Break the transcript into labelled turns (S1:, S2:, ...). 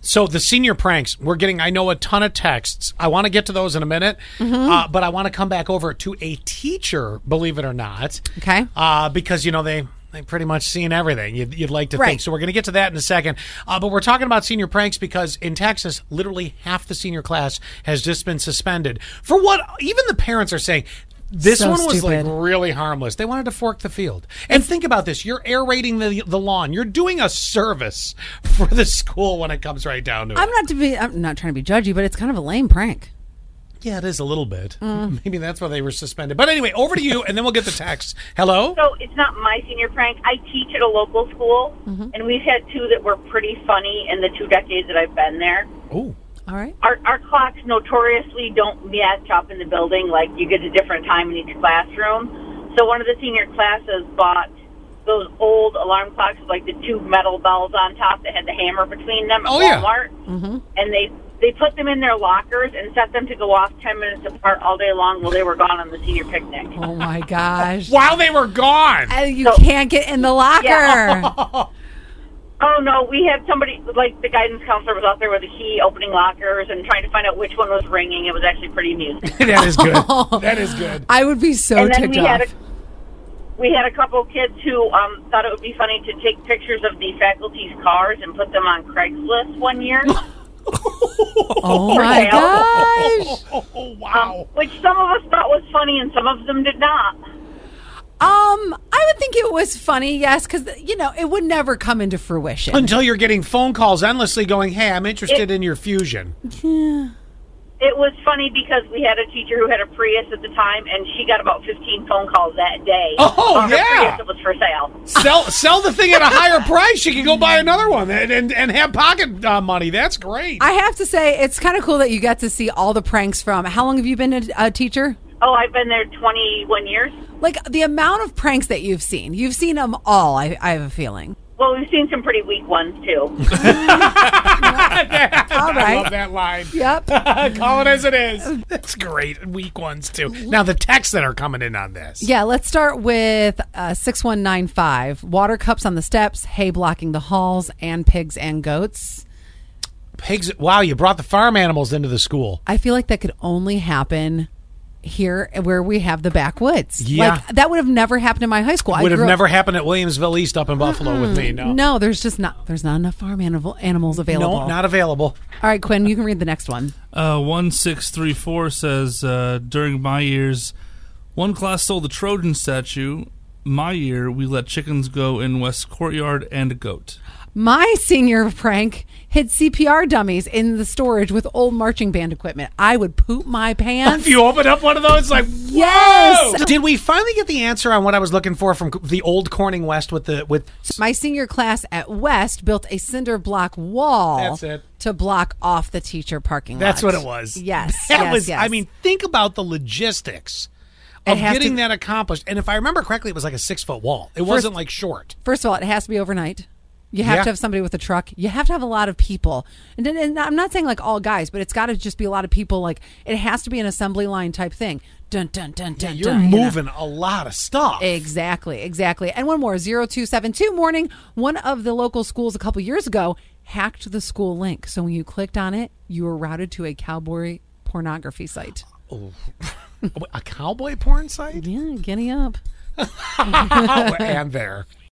S1: So the senior pranks, we're getting, I know, a ton of texts. I want to get to those in a minute,
S2: Mm-hmm.
S1: uh, but I want to come back over to a teacher, believe it or not.
S2: Okay.
S1: Uh, because, you know, they. They pretty much seen everything you'd, you'd like to think.
S2: Right.
S1: So we're going to get to that in a second. Uh, but we're talking about senior pranks because in Texas, literally half the senior class has just been suspended for what even the parents are saying. This
S2: So
S1: one was like
S2: stupid.
S1: really harmless. They wanted to fork the field. And think about this: you're aerating the the lawn. You're doing a service for the school when it comes right down to it.
S2: I'm not to be. I'm not trying to be judgy, but it's kind of a lame prank.
S1: yeah, it is a little bit.
S2: Mm.
S1: Maybe that's why they were suspended. But anyway, over to you, and then we'll get the text. Hello.
S3: So it's not my senior prank. I teach at a local school, and we've had two that were pretty funny in the two decades that I've been there.
S1: Oh,
S2: All right.
S3: Our, our clocks notoriously don't match up in the building. Like you get a different time in each classroom. So one of the senior classes bought those old alarm clocks, with, like the two metal bells on top that had the hammer between them at
S1: Oh, yeah.
S3: Walmart, and they they put them in their lockers and set them to go off ten minutes apart all day long while they were gone on the senior picnic.
S2: Oh my gosh.
S1: while they were gone.
S2: Uh, you
S3: So-
S2: can't get in the locker.
S3: Oh no, we had somebody like the guidance counselor was out there with a key, opening lockers, and trying to find out which one was ringing. It was actually pretty amusing.
S1: that is good. That is good.
S2: I would be so
S3: and then
S2: ticked
S3: we
S2: off.
S3: had a we had a couple kids who um, thought it would be funny to take pictures of the faculty's cars and put them on Craigslist one year.
S2: oh my
S3: sale.
S2: gosh.
S1: Oh wow.
S3: Which some of us thought was funny and some of them did not.
S2: Um, I would think it was funny, yes, because you know it would never come into fruition.
S1: Until you're getting phone calls endlessly going, hey, I'm interested
S3: It-
S1: in your fusion.
S3: It was funny because we had a teacher who had a Prius at the time and she got about 15 phone calls that day.
S1: Oh,
S3: on her
S1: yeah.
S3: Prius that was for sale.
S1: sell sell the thing at a higher price. You can go buy another one and, and, and have pocket uh, money. That's great.
S2: I have to say, it's kind of cool that you got to see all the pranks from. How long have you been a, a teacher?
S3: Oh, I've been there 21 years.
S2: Like the amount of pranks that you've seen, you've seen them all. I, I have a feeling.
S3: Well, we've seen some pretty weak ones too.
S2: All
S1: I love
S2: right.
S1: that line.
S2: Yep.
S1: Call it as it is. That's great. Weak ones too. Now the texts that are coming in on this.
S2: Yeah, let's start with uh, 6195. Water cups on the steps, hay blocking the halls, and pigs and goats.
S1: Pigs. Wow, you brought the farm animals into the school.
S2: I feel like that could only happen here where we have the backwoods.
S1: Yeah.
S2: Like, that would have never happened in my high school. I
S1: Would have
S2: grew up-
S1: never happened at Williamsville East up in Buffalo with me. No.
S2: No, there's just not there's not enough farm animal animals available.
S1: No, not available.
S2: All right, Quinn, you can read the next one.
S4: Uh, 1634 says, uh, during my years, one class sold the Trojan statue. My year, we let chickens go in West Courtyard and a goat.
S2: My senior prank hid CPR dummies in the storage with old marching band equipment. I would poop my pants.
S1: If you open up one of those, like
S2: Yes!
S1: whoa! Did we finally get the answer on what I was looking for from the old Corning West with the with?
S2: My senior class at West built a cinder block wall
S1: That's it.
S2: to block off the teacher parking lot.
S1: That's what it was.
S2: Yes.
S1: That
S2: yes,
S1: was.
S2: yes.
S1: I mean, think about the logistics of
S2: It has
S1: getting
S2: to-
S1: that accomplished. And if I remember correctly, it was like a six foot wall. It was wasn't like short.
S2: first of all, it has to be overnight. You have
S1: Yeah.
S2: to have somebody with a truck. You have to have a lot of people. And, then- and I'm not saying like all guys, but it's got to just be a lot of people. Like it has to be an assembly line type thing. Dun dun dun dun.
S1: You're
S2: dun, you know? Eh.
S1: moving a lot of stuff.
S2: Exactly, exactly. And one more 0272 morning. One of the local schools a couple years ago hacked the school link. So when you clicked on it, you were routed to a cowboy pornography site.
S1: a cowboy porn site.
S2: Yeah, giddy up.
S1: Oh, and there.